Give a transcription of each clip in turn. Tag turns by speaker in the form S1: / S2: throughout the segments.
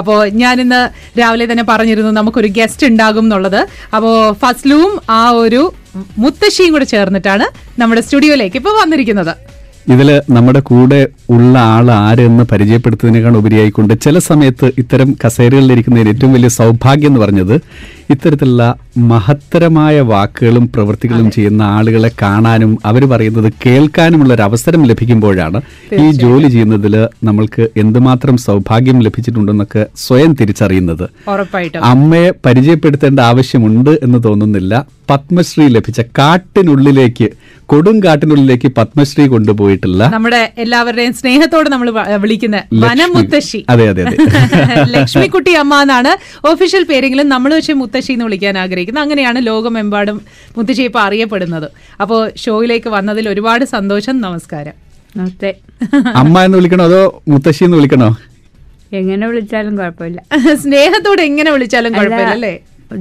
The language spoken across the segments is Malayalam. S1: അപ്പോൾ ഞാനിന്ന് രാവിലെ തന്നെ പറഞ്ഞിരുന്നു നമുക്കൊരു ഗസ്റ്റ് ഉണ്ടാകും എന്നുള്ളത് അപ്പോൾ ഫസ്ലുവും ആ ഒരു മുത്തശ്ശിയും കൂടെ ചേർന്നിട്ടാണ് നമ്മുടെ സ്റ്റുഡിയോയിലേക്ക് ഇപ്പോൾ വന്നിരിക്കുന്നത്
S2: ഇതിൽ നമ്മുടെ കൂടെ ഉള്ള ആൾ ആരെന്ന് പരിചയപ്പെടുത്തുന്നതിനേക്കാൾ ഉപരിയായിക്കൊണ്ട് ചില സമയത്ത് ഇത്തരം കസേരകളിലിരിക്കുന്നതിന് ഏറ്റവും വലിയ സൗഭാഗ്യം എന്ന് പറഞ്ഞത് ഇത്തരത്തിലുള്ള മഹത്തരമായ വാക്കുകളും പ്രവൃത്തികളും ചെയ്യുന്ന ആളുകളെ കാണാനും അവർ പറയുന്നത് കേൾക്കാനുമുള്ള ഒരു അവസരം ലഭിക്കുമ്പോഴാണ് ഈ ജോലി ചെയ്യുന്നതിൽ നമ്മൾക്ക് എന്തുമാത്രം സൗഭാഗ്യം ലഭിച്ചിട്ടുണ്ടെന്നൊക്കെ സ്വയം തിരിച്ചറിയുന്നത്
S1: ഉറപ്പായിട്ടും
S2: അമ്മയെ പരിചയപ്പെടുത്തേണ്ട ആവശ്യമുണ്ട് എന്ന് തോന്നുന്നില്ല പത്മശ്രീ ലഭിച്ച കാട്ടിനുള്ളിലേക്ക് കൊടുങ്കാട്ടിനുള്ളിലേക്ക് പത്മശ്രീ കൊണ്ടുപോയിട്ടുള്ള
S1: നമ്മുടെ എല്ലാവരുടെയും സ്നേഹത്തോടെ നമ്മൾ വിളിക്കുന്ന വനമുത്തശ്ശി
S2: അതെ അതെ അതെ
S1: ലക്ഷ്മിക്കുട്ടി അമ്മ എന്നാണ് ഒഫീഷ്യൽ പേരെങ്കിലും നമ്മൾ പക്ഷേ മുത്തശ്ശി എന്ന് വിളിക്കാൻ ആഗ്രഹിക്കുന്നത് അങ്ങനെയാണ് ലോകമെമ്പാടും മുത്തശ്ശി ഇപ്പോൾ അറിയപ്പെടുന്നത് അപ്പോൾ ഷോയിലേക്ക് വന്നതിൽ ഒരുപാട് സന്തോഷം നമസ്കാരം
S3: നമസ്തേ
S2: അമ്മ എന്ന് വിളിക്കണോ അതോ മുത്തശ്ശി എന്ന് വിളിക്കണോ
S3: എങ്ങനെ വിളിച്ചാലും കുഴപ്പമില്ല
S1: സ്നേഹത്തോടെ എങ്ങനെ വിളിച്ചാലും കുഴപ്പമില്ല അല്ലേ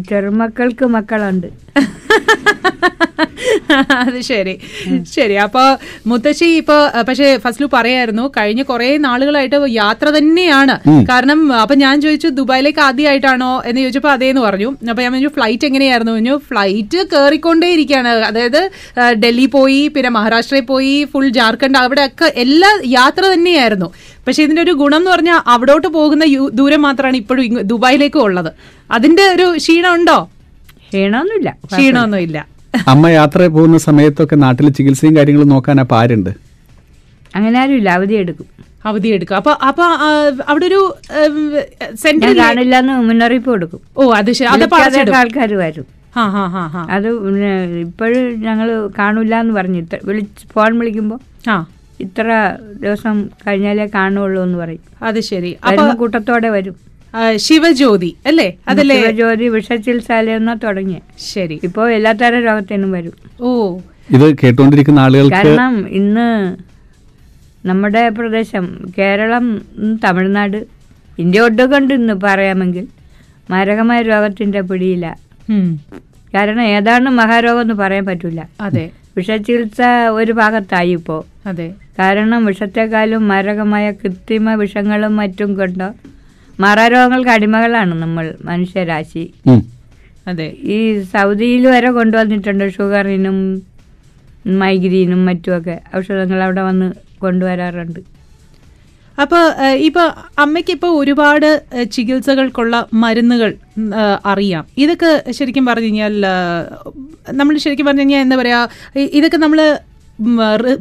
S3: ചെറുമക്കൾക്ക് മക്കളുണ്ട്
S1: അത് ശരി ശരി അപ്പൊ മുത്തശ്ശി ഇപ്പൊ അഹ്, പക്ഷേ ഫസ്ലു പറയായിരുന്നു കഴിഞ്ഞ കുറെ നാളുകളായിട്ട് യാത്ര തന്നെയാണ് കാരണം അപ്പൊ ഞാൻ ചോദിച്ചു ദുബായിലേക്ക് ആദ്യമായിട്ടാണോ എന്ന് ചോദിച്ചപ്പോൾ അതേന്ന് പറഞ്ഞു അപ്പൊ ഞാൻ പറഞ്ഞു ഫ്ലൈറ്റ് എങ്ങനെയായിരുന്നു പറഞ്ഞു ഫ്ലൈറ്റ് കയറിക്കൊണ്ടേ ഇരിക്കുകയാണ് അതായത് അഹ്, ഡൽഹി പോയി പിന്നെ മഹാരാഷ്ട്രയിൽ പോയി ഫുൾ ജാർഖണ്ഡ് അവിടെ ഒക്കെ എല്ലാ യാത്ര തന്നെയായിരുന്നു പക്ഷെ ഇതിന്റെ ഒരു ഗുണം എന്ന് പറഞ്ഞാൽ അവിടോട്ട് പോകുന്ന യു- ദൂരം മാത്രമാണ് ഇപ്പോഴും ഇങ്ങ് ദുബായിലേക്കും ഉള്ളത് അതിന്റെ ഒരു ക്ഷീണം ഉണ്ടോ
S3: ക്ഷീണമൊന്നുമില്ല
S1: ക്ഷീണമൊന്നും ഇല്ല
S2: അമ്മ യാത്ര പോകുന്ന സമയത്തൊക്കെ നാട്ടിൽ ചികിത്സയും കാര്യങ്ങളും നോക്കാൻ അപ്പൊ ആരുണ്ട്
S3: അങ്ങനെ ആരും ഇല്ല അവധി എടുക്കും
S1: അവധി എടുക്കുക അപ്പൊ അപ്പൊ ആ, അവിടെ ഒരു സെന്റർ
S3: ഞാൻ കാണില്ല എന്ന് മുന്നറിയിപ്പ് കൊടുക്കും
S1: ഓ അത് ശരി അത്
S3: വിളിക്കാതെ ആൾക്കാർ വരും
S1: ഹാ ഹാ ഹാ ഹാ
S3: അത് ഇപ്പോഴും ഞങ്ങൾ കാണില്ല എന്ന് പറഞ്ഞു ഇത്ര വിളിച്ച് ഫോൺ വിളിക്കുമ്പോൾ
S1: ആ
S3: ഇത്ര ദിവസം കഴിഞ്ഞാലേ കാണുള്ളൂ എന്ന് പറയും
S1: അത് ശരി അപ്പൊ
S3: വരുന്ന കൂട്ടത്തോടെ വരും
S1: ആ, ശിവജ്യോതി അല്ലേ അതല്ലേ
S3: ജോലി വിഷചികിത്സാലയം എന്നാ തുടങ്ങിയ
S1: ശരി
S3: ഇപ്പോൾ എല്ലാ തരം രോഗത്തിനും വരും
S1: ഓ
S2: ഇത് കേട്ടുകൊണ്ടിരിക്കുന്ന ആളുകൾക്ക്
S3: കാരണം ഇന്ന് നമ്മുടെ പ്രദേശം കേരളം ഉം, തമിഴ്നാട് ഇന്ത്യ ഒട്ടുകൊണ്ട് ഇന്ന് പറയാമെങ്കിൽ മാരകമായ രോഗത്തിൻ്റെ പിടിയില്ല
S1: ഉം,
S3: കാരണം ഏതാണ് മഹാരോഗം എന്ന് പറയാൻ പറ്റില്ല
S1: അതെ
S3: വിഷചികിത്സ ഒരു ഭാഗത്തായി ഇപ്പോൾ
S1: അതെ
S3: കാരണം വിഷത്തെക്കാളും മാരകമായ കൃത്രിമ വിഷങ്ങളും മറ്റും കൊണ്ട് മാറാരോഗങ്ങൾക്ക് അടിമകളാണ് നമ്മൾ മനുഷ്യരാശി
S2: ഉം.
S1: അതെ
S3: ഈ സൗദിയിൽ വരെ കൊണ്ടുവന്നിട്ടുണ്ട് ഷുഗറിനും മൈഗ്രീനും മറ്റുമൊക്കെ ഔഷധങ്ങൾ അവിടെ വന്ന് കൊണ്ടുവരാറുണ്ട്
S1: അപ്പൊ ഏഹ്, ഇപ്പൊ അമ്മയ്ക്ക് ഇപ്പൊ ഒരുപാട് ഏഹ്, ചികിത്സകൾക്കുള്ള മരുന്നുകൾ ഉം, ഏഹ്, അറിയാം ഇതൊക്കെ ശരിക്കും പറഞ്ഞു കഴിഞ്ഞാൽ നമ്മൾ ശരിക്കും പറഞ്ഞു കഴിഞ്ഞാൽ എന്താ പറയാ ഇ- ഇതൊക്കെ നമ്മൾ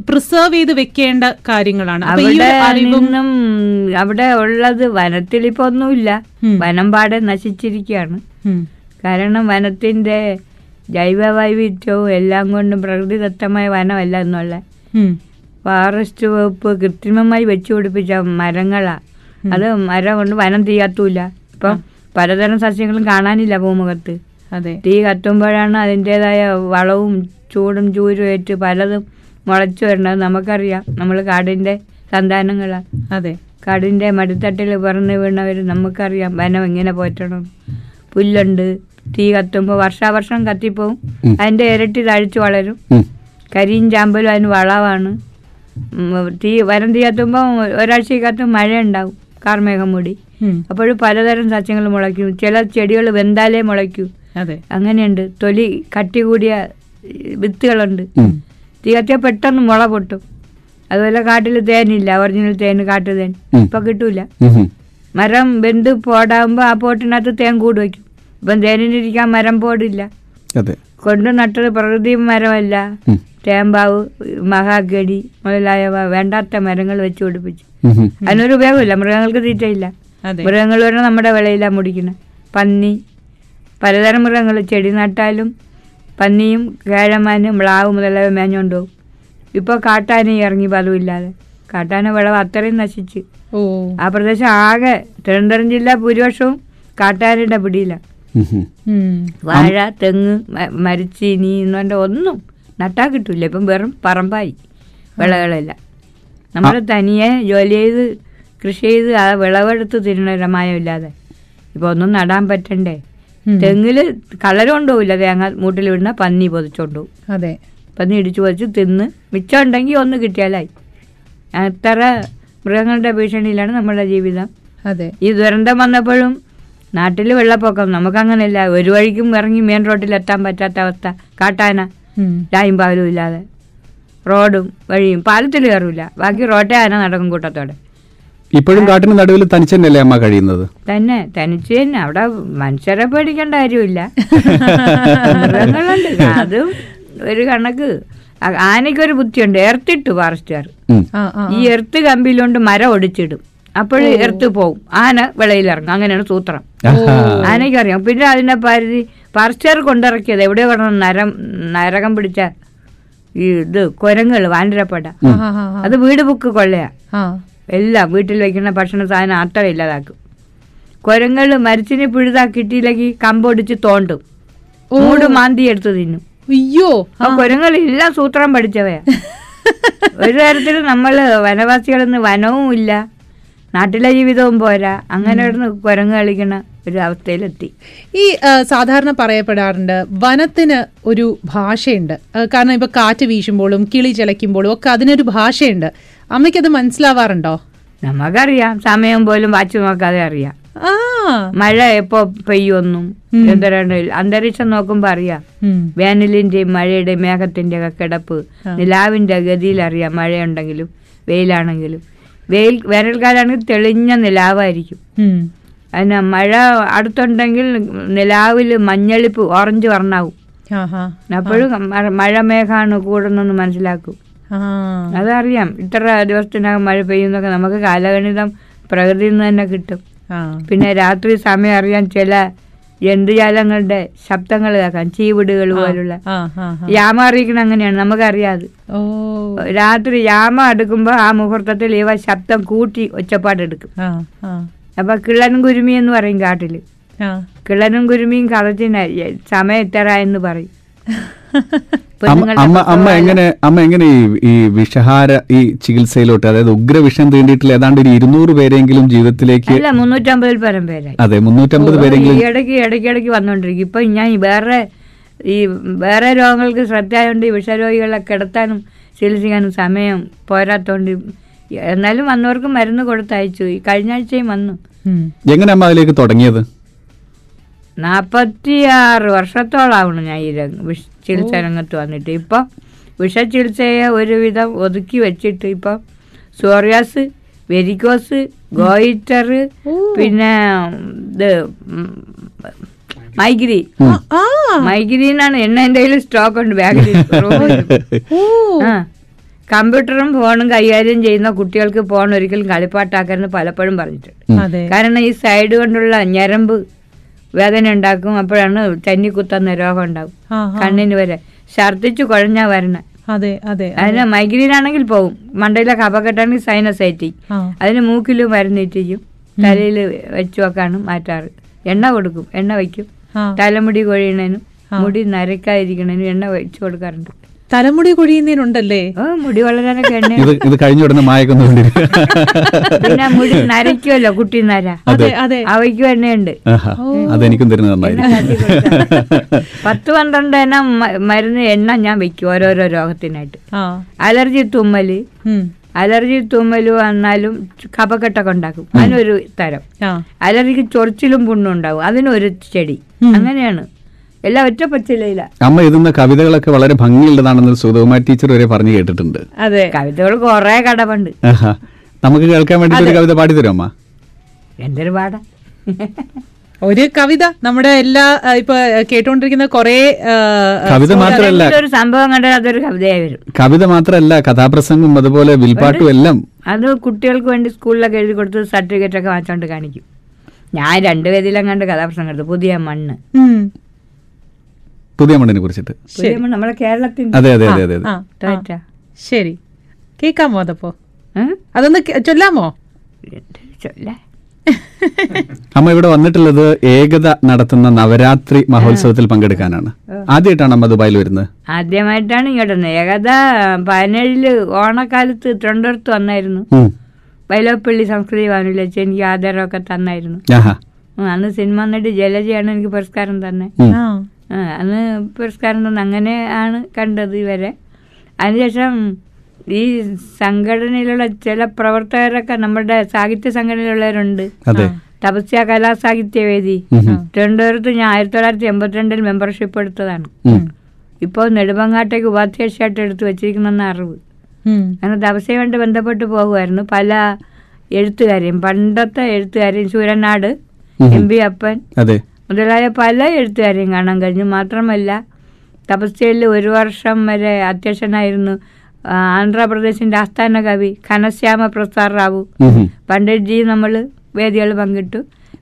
S1: പ്രിസർവ് ചെയ്ത് വെക്കേണ്ട കാര്യങ്ങളാണ് അപ്പൊ ഈ
S3: അവിടെ
S1: ഒരു അറിവും
S3: നിന്നും അവിടെ ഉള്ളത് വനത്തിൽ ഇപ്പൊ ഒന്നുമില്ല വനം പാടെ നശിച്ചിരിക്കുകയാണ്
S1: ഉം.
S3: കാരണം വനത്തിന്റെ ജൈവ വൈവിധ്യവും എല്ലാം കൊണ്ടും പ്രകൃതിദത്തമായ വനമല്ല എന്നുള്ള
S1: ഉം.
S3: ഫോറസ്റ്റ് വകുപ്പ് കൃത്രിമമായി വെച്ചു പിടിപ്പിച്ച മരങ്ങളാ അത് മരം കൊണ്ട് വനം തീയാത്തൂല ഇപ്പം പലതരം സസ്യങ്ങളും കാണാനില്ല ഭൂമുഖത്ത്
S1: അതെ
S3: തീ കത്തുമ്പോഴാണ് അതിൻ്റെതായ വളവും ചൂടും ചൂരും ഏറ്റ് പലതും മുളച്ചു വരേണ്ടത് നമുക്കറിയാം നമ്മൾ കാടിൻ്റെ സന്താനങ്ങളാണ്
S1: അതെ
S3: കാടിൻ്റെ മടിത്തട്ടിൽ പിറന്നു വീണവർ നമുക്കറിയാം വനം എങ്ങനെ പോറ്റണം പുല്ലുണ്ട് തീ കത്തുമ്പോൾ വർഷാവർഷം കത്തിപ്പോവും അതിൻ്റെ ഇരട്ടി തഴച്ചു വളരും
S2: ഉം.
S3: കരിയും ചാമ്പലും അതിന് വളമാണ് ഉം, തീ വനം തീ കത്തുമ്പോൾ ഒരാഴ്ച കത്തും മഴ ഉണ്ടാവും കാർമേഘം മൂടി
S1: ഉം.
S3: അപ്പോഴും പലതരം സസ്യങ്ങൾ മുളയ്ക്കും ചില ചെടികൾ വെന്താലേ മുളയ്ക്കൂ
S1: അതെ
S3: അങ്ങനെയുണ്ട് തൊലി കട്ടി കൂടിയ ഈ, വിത്തുകളുണ്ട്
S2: ഉം.
S3: തീ കത്തിയാൽ പെട്ടെന്ന് മുള പൊട്ടും അതുപോലെ കാട്ടിൽ തേനില്ല ഒറിജിനൽ തേൻ കാട്ടു തേൻ
S2: ഉം.
S3: ഇപ്പം കിട്ടൂല
S2: ഉം. ഉം.
S3: മരം വെന്ത് പോടാകുമ്പോൾ ആ പോട്ടിനകത്ത് തേൻ കൂട് വയ്ക്കും ഇപ്പം തേനിനിരിക്കാൻ മരം പോടില്ല
S2: അതെ
S3: കൊണ്ട് നട്ടത് പ്രകൃതി മരമല്ല
S2: ഉം.
S3: തേമ്പാവ് മഹാഗഡി മുതലായവ വേണ്ടാത്ത മരങ്ങൾ വെച്ച് പിടിപ്പിച്ചു
S2: ഉം. ഉം.
S3: അതിനൊരു ഉപയോഗമില്ല മൃഗങ്ങൾക്ക് തീറ്റയില്ല
S1: അതെ
S3: മൃഗങ്ങൾ വരെ നമ്മുടെ വിളയിലാണ് മുടിക്കുന്നത് പന്നി പലതരം മൃഗങ്ങൾ ചെടി നട്ടാലും പന്നിയും കേഴമാനും മ്ലാവ് മുതലായവ മേഞ്ഞോണ്ട് പോകും ഇപ്പോൾ കാട്ടാന ഇറങ്ങി പതിവില്ലാതെ കാട്ടാന വിളവ് അത്രയും നശിച്ച്
S1: ഓ
S3: ആ പ്രദേശം ആകെ തിരുവനന്തപുരം ജില്ല ഭൂരിപക്ഷവും കാട്ടാനയുടെ പിടിയിലാണ്
S2: ഉം. ഉം.
S1: ഉം.
S3: വാഴ തെങ്ങ് മ- മരിച്ചീനി എന്ന് പറഞ്ഞ ഒന്നും നട്ടാ കിട്ടൂല ഇപ്പം വെറും പറമ്പായി വിളകളെല്ലാം നമ്മൾ തനിയെ ജോലി ചെയ്ത് കൃഷി ചെയ്ത് ആ വിളവെടുത്ത് തിരുണരമായമില്ലാതെ ഇപ്പം ഒന്നും നടാൻ പറ്റണ്ടേ
S1: ഉം.
S3: തെങ്ങിൽ കളരം കൊണ്ടുപോകില്ല തേങ്ങ മൂട്ടിൽ വിടുന്ന പന്നി പൊതിച്ചോണ്ട് പോകും
S1: അതെ
S3: പന്നി ഇടിച്ചു പൊതിച്ച് തിന്ന് മിച്ചം ഉണ്ടെങ്കിൽ ഒന്ന് കിട്ടിയാലായി അത്ര മൃഗങ്ങളുടെ ഭീഷണിയിലാണ് നമ്മുടെ ജീവിതം
S1: അതെ
S3: ഈ ദുരന്തം വന്നപ്പോഴും നാട്ടിൽ വെള്ളപ്പൊക്കം നമുക്കങ്ങനെയല്ല ഒരു വഴിക്കും ഇറങ്ങി മെയിൻ റോഡിൽ എത്താൻ പറ്റാത്ത അവസ്ഥ കാട്ടാന
S1: ഉം.
S3: ഡായും പാലും ഇല്ലാതെ റോഡും വഴിയും പാലത്തിൽ കയറില്ല ബാക്കി റോട്ടേ ആന നടക്കും കൂട്ടത്തോടെ
S2: ഇപ്പോഴും കാട്ടിന് നടുവിൽ തനിച്ച് തന്നെയല്ലേ അമ്മ കഴിയുന്നത്
S3: തന്നെ തനിച്ച് തന്നെ അവിടെ മനുഷ്യരെ പേടിക്കേണ്ട കാര്യമില്ല മൃഗങ്ങളുണ്ട് അതും ഒരു കണക്ക് ആ- ആനയ്ക്കൊരു ബുദ്ധിയുണ്ട് എർത്തിട്ടു ഫോറസ്റ്റുകാർ
S2: ഉം.
S1: ആ ആ
S3: ഈ എർത്ത് കമ്പിയിലുകൊണ്ട് മരം ഒടിച്ചിടും അപ്പോൾ എർത്ത് പോവും ആന വിളയിലിറങ്ങും അങ്ങനെയാണ് സൂത്രം
S2: ആഹാ.
S3: ആനയ്ക്കറിയാം പിന്നെ അതിനെ പരിധി പറിച്ചേർ കൊണ്ടിറക്കിയത് എവിടെ വേണം നരം നരകം പിടിച്ച ഈ ഇത് കുരങ്ങൾ വാനരപ്പട
S1: ആ, ആ, ആ, ആ.
S3: അത് വീട് ബുക്ക് കൊള്ളയാ
S1: ആ.
S3: എല്ലാം വീട്ടിൽ വെക്കുന്ന ഭക്ഷണ സാധനം ആട്ടം ഇല്ലാതാക്കും കുരങ്ങൾ മരച്ചിനെ പിഴുതാ കിട്ടിയില്ലെങ്കിൽ കമ്പൊടിച്ച് തോണ്ടും മൂട് മാന്തി എടുത്ത് തിന്നും
S1: അയ്യോ
S3: ആ കുരങ്ങൾ എല്ലാം സൂത്രം പഠിച്ചവയാ ഒരു തരത്തിൽ നമ്മൾ വനവാസികളെന്ന് വനവും ഇല്ല നാട്ടിലെ ജീവിതവും പോരാ അങ്ങനെ ഇവിടുന്ന് കുരങ്ങ് കളിക്കണ ഒരു അവസ്ഥയിലെത്തി
S1: ഈ ആ, സാധാരണ പറയപ്പെടാറുണ്ട് വനത്തിന് ഒരു ഭാഷയുണ്ട് ആ, കാരണം ഇപ്പൊ കാറ്റ് വീശുമ്പോഴും കിളി ചിലയ്ക്കുമ്പോഴും ഒക്കെ അതിനൊരു ഭാഷയുണ്ട് അമ്മയ്ക്കത് മനസ്സിലാവാറുണ്ടോ
S3: നമുക്കറിയാം സമയം പോലും വാച്ച് നോക്കാതെ അറിയാം
S1: ആ
S3: മഴ എപ്പോ പെയ്യൊന്നും എന്തരാണ്ട് അന്തരീക്ഷം നോക്കുമ്പോ അറിയാം
S1: ഉം.
S3: വേനലിന്റെയും മഴയുടെയും മേഘത്തിന്റെ ഒക്കെ കിടപ്പ് നിലാവിന്റെ ഗതിയിൽ അറിയാം മഴയുണ്ടെങ്കിലും വെയിലാണെങ്കിലും വെയിൽ വേനൽക്കാലാണെങ്കിൽ തെളിഞ്ഞ നിലാവായിരിക്കും
S1: ഉം.
S3: അതിന് മഴ അടുത്തുണ്ടെങ്കിൽ നിലാവിൽ മഞ്ഞളിപ്പ് ഓറഞ്ച് വർണ്ണാവും
S1: ആഹാ.
S3: അപ്പോഴും മഴ- മഴമേഘാണ് കൂടുന്നെന്ന് മനസ്സിലാക്കും
S1: ആ.
S3: അതറിയാം ഇത്ര ദിവസത്തിനകം മഴ പെയ്യുന്നൊക്കെ നമുക്ക് കാലഗണിതം പ്രകൃതിയിൽ നിന്ന് തന്നെ കിട്ടും
S1: ആ.
S3: പിന്നെ രാത്രി സമയം അറിയാൻ ചില ജന്തുജാലങ്ങളുടെ ശബ്ദങ്ങൾ കേൾക്കാം ചീവിടുകൾ പോലുള്ള
S1: ആ, ആ, ആ.
S3: യാമ അറിയിക്കണ അങ്ങനെയാണ് നമുക്കറിയാതെ
S1: ഓ
S3: രാത്രി യാമ എടുക്കുമ്പോൾ ആ മുഹൂർത്തത്തിൽ ഇവ ശബ്ദം കൂട്ടി ഒച്ചപ്പാടെടുക്കും
S1: ആ ആ
S3: അപ്പൊ കിള്ളനും കുരുമി എന്ന് പറയും കാട്ടിൽ
S1: ആ
S3: കിള്ളനും കുരുമിയും കളത്തിന് സമയം ഇത്തറ എന്ന് പറയും ഇപ്പൊ
S2: അമ്മ-
S3: നിങ്ങളുടെ
S2: അമ്മ അമ്മ എങ്ങനെ അമ്മ എങ്ങനെ ഈ- ഈ വിഷഹാര ഈ ചികിത്സയിലോട്ട് അതായത് ഉഗ്രവിഷം തീണ്ടിയിട്ടുള്ള ഏതാണ്ട് ഒരു ഇരുന്നൂറ് പേരെങ്കിലും ജീവിതത്തിലേക്ക്
S3: അല്ല മുന്നൂറ്റമ്പതിൽ പരം പേരായി
S2: അതെ മുന്നൂറ്റമ്പത് പേരെങ്കിലും
S3: ഈ ഇടയ്ക്ക് ഇടയ്ക്കിടയ്ക്ക് വന്നുകൊണ്ടിരിക്കും ഇപ്പൊ ഞാൻ ഈ വേറെ ഈ വേറെ രോഗങ്ങൾക്ക് ശ്രദ്ധയായതുകൊണ്ട് ഈ വിഷരോഗികളെ കിടത്താനും ചികിത്സിക്കാനും സമയം പോരാത്തോണ്ട് എന്നാലും വന്നവർക്ക് മരുന്ന് കൊടുത്തയച്ചു ഈ കഴിഞ്ഞ ആഴ്ചയും വന്നു
S1: ഉം.
S2: എങ്ങനെ അമ്മ അതിലേക്ക് തുടങ്ങിയത്
S3: നാൽപ്പത്തിയാറ് വർഷത്തോളാവണം ഞാൻ ഈ രംഗ വിഷ- ചികിത്സാ രംഗത്ത് വന്നിട്ട് ഇപ്പം വിഷചികിത്സയെ ഒരുവിധം ഒതുക്കി വെച്ചിട്ട് ഇപ്പം സോറിയാസ് വെരിക്കോസ് ഗോയിറ്റർ
S1: ഓ.
S3: പിന്നെ ഇത് ഉം, മൈഗ്രീൻ
S2: ഉം.
S1: ആ
S3: മൈഗ്രീനാണ് എന്നെ എൻ്റെ കയ്യിൽ സ്റ്റോക്ക് ഉണ്ട് ബാഗിൽ
S1: ഓ
S3: ആ കമ്പ്യൂട്ടറും ഫോണും കൈകാര്യം ചെയ്യുന്ന കുട്ടികൾക്ക് ഫോൺ ഒരിക്കലും കളിപ്പാട്ടാക്കരുന്ന് പലപ്പോഴും പറഞ്ഞിട്ടുണ്ട്
S2: ഉം.
S1: അതെ
S3: കാരണം ഈ സൈഡ് കൊണ്ടുള്ള ഞരമ്പ് വേദന ഉണ്ടാക്കും അപ്പോഴാണ് ചന്നി കുത്തുന്ന രോഗം ഉണ്ടാവും
S1: ആ, ആ.
S3: കണ്ണിന് വരെ ഛർദ്ദിച്ചു കുഴഞ്ഞാ വരണ
S1: അതെ അതെ
S3: അതിന് മൈഗ്രീൻ ആണെങ്കിൽ പോവും മണ്ടയിലെ കപക്കെട്ടാണെങ്കിൽ സൈനസൈറ്റിക്
S1: ആ
S3: അതിന് മൂക്കിൽ മരുന്നിറ്റിക്കും തലയിൽ വെച്ചുമൊക്കെയാണ് മാറ്റാറ് എണ്ണ കൊടുക്കും എണ്ണ വയ്ക്കും
S1: ആ
S3: തലമുടി കൊഴിയണേനും മുടി നരക്കാതിരിക്കണേനും എണ്ണ വെച്ചു കൊടുക്കാറുണ്ട്
S1: തലമുടി കൊഴിയുന്നതിനുണ്ടല്ലേ
S3: ഓ മുടി വളരാനൊക്കെ എണ്ണ
S2: ഇത് ഇത് കഴിഞ്ഞ ഉടനെ മായക്കൊന്നുകൊണ്ടിരിക്കും
S3: പിന്നെ മുടി നരയ്ക്കുമല്ലോ കുട്ടി നര
S1: അതെ അതെ
S3: അവയ്ക്കും എണ്ണയുണ്ട്
S2: അതെനിക്കും തരുന്നത് നന്നായിരിക്കും
S3: പത്ത് പന്ത്രണ്ട് എണ്ണം മ- മരുന്ന് എണ്ണ ഞാൻ വെക്കും ഓരോരോ രോഗത്തിനായിട്ട്
S1: ആ
S3: അലർജി തുമ്മൽ
S1: ഉം.
S3: അലർജി തുമ്മൽ വന്നാലും കപക്കെട്ടൊക്കെ ഉണ്ടാക്കും അതിനൊരു തരം
S1: ആ
S3: അലർജിക്ക് ചൊറിച്ചിലും പുണ്ണും ഉണ്ടാവും അതിനൊരു ചെടി അങ്ങനെയാണ് എല്ലാം ഒറ്റ പച്ചിലയില
S2: അമ്മ എഴുതുന്ന കവിതകളൊക്കെ വളരെ ഭംഗിയുള്ളതാണെന്ന് സുധകുമാർ ടീച്ചർ വരെ പറഞ്ഞു കേട്ടിട്ടുണ്ട്
S1: അതെ
S3: കവിതകൾ കുറേ കടമുണ്ട്
S2: ആഹാ. നമുക്ക് കേൾക്കാൻ വേണ്ടിയിട്ട് ഒരു കവിത പാടിത്തരും അമ്മ
S3: എന്തൊരു പാടാ
S1: ഒരു കവിത നമ്മുടെ എല്ലാ ആ, ഇപ്പൊ ആ, കേട്ടോണ്ടിരിക്കുന്ന കൊറേ
S2: കവിത മാത്രമല്ല
S3: ഒരു സംഭവം കണ്ടാൽ അതൊരു കവിതയായി വരും
S2: കവിത മാത്രമല്ല കഥാപ്രസംഗം അതുപോലെ വിൽപ്പാട്ടും എല്ലാം
S3: അത് കുട്ടികൾക്ക് വേണ്ടി സ്കൂളിലൊക്കെ എഴുതി കൊടുത്ത് സർട്ടിഫിക്കറ്റ് ഒക്കെ വാങ്ങിച്ചോണ്ട് കാണിക്കും ഞാൻ രണ്ട് വേദിയിലെങ്ങാണ്ട് കഥാപ്രസംഗം എടുത്തു പുതിയ മണ്ണ്
S2: പുതിയ മണ്ണിനെ കുറിച്ചിട്ട്
S3: പുതിയ മണ്ണ് നമ്മുടെ കേരളത്തിന്റെ
S2: അതെ അതെ അതെ അതെ അതെ.
S3: തോറ്റ.
S1: ശരി കേക്കാമോ അതപ്പോ
S3: ഉം?
S1: അതൊന്ന് കേ- ചൊല്ലാമോ
S3: എന്ത് ചൊല്ല?
S2: അമ്മ ഇവിടെ വന്നിട്ടുള്ളത് ഏകത നടത്തുന്ന നവരാത്രി മഹോത്സവത്തിൽ പങ്കെടുക്കാനാണ് ആദ്യമായിട്ടാണ് അമ്മ ദുബായിൽ വരുന്നത്
S3: ആദ്യമായിട്ടാണ് ഇങ്ങോട്ട് വന്നത് ഏകദ പതിനേഴില് ഓണക്കാലത്ത് തിരുവനന്തപുരത്ത് വന്നായിരുന്നു
S2: ഉം. വെച്ച്
S3: വൈലോപ്പള്ളി സംസ്കൃതി ഭവനിൽ വെച്ച് എനിക്ക് ആദരവൊക്കെ തന്നായിരുന്നു
S2: ആഹാ
S3: ഉം, അന്ന് സിനിമ എന്നിട്ട് ജലജയാണ് എനിക്ക് പുരസ്കാരം തന്നെ
S2: ഉം.
S1: ആ
S3: അന്ന് പുരസ്കാരം തന്നെ അങ്ങനെ ആണ് കണ്ടത് ഇവരെ അതിനുശേഷം ഈ സംഘടനയിലുള്ള ചില പ്രവർത്തകരൊക്കെ നമ്മുടെ സാഹിത്യ സംഘടനയിലുള്ളവരുണ്ട്
S2: അതെ
S3: തപസ്യ കലാസാഹിത്യവേദി
S2: ഉം ഉം.
S3: തിരുവനന്തപുരത്ത് ഞാൻ ആയിരത്തി തൊള്ളായിരത്തി എൺപത്തിരണ്ടിൽ മെമ്പർഷിപ്പ് എടുത്തതാണ്
S2: ഉം.
S3: ഇപ്പോൾ നെടുമങ്ങാട്ടേക്ക് ഉപാധ്യക്ഷയായിട്ട് എടുത്തു വച്ചിരിക്കുന്നെന്ന അറിവ്
S1: ഉം.
S3: അങ്ങനെ തപസ്യയുമായിട്ട് ബന്ധപ്പെട്ട് പോകുമായിരുന്നു പല എഴുത്തുകാരെയും പണ്ടത്തെ എഴുത്തുകാരെയും സൂര്യനാട്
S2: ഉം.
S3: എം പി അപ്പൻ
S2: അതെ
S3: മുതലായ പല എഴുത്തുകാരെയും കാണാൻ കഴിഞ്ഞു മാത്രമല്ല തപസ്യയിൽ ഒരു വർഷം വരെ അധ്യക്ഷനായിരുന്നു ആ, ആന്ധ്രാപ്രദേശിന്റെ ആസ്ഥാന കവി ഘനശ്യാമ പ്രസാദ് റാവു
S2: ഉം ഉം.
S3: പണ്ഡിറ്റ്ജി നമ്മൾ വേദികൾ പങ്കിട്ടു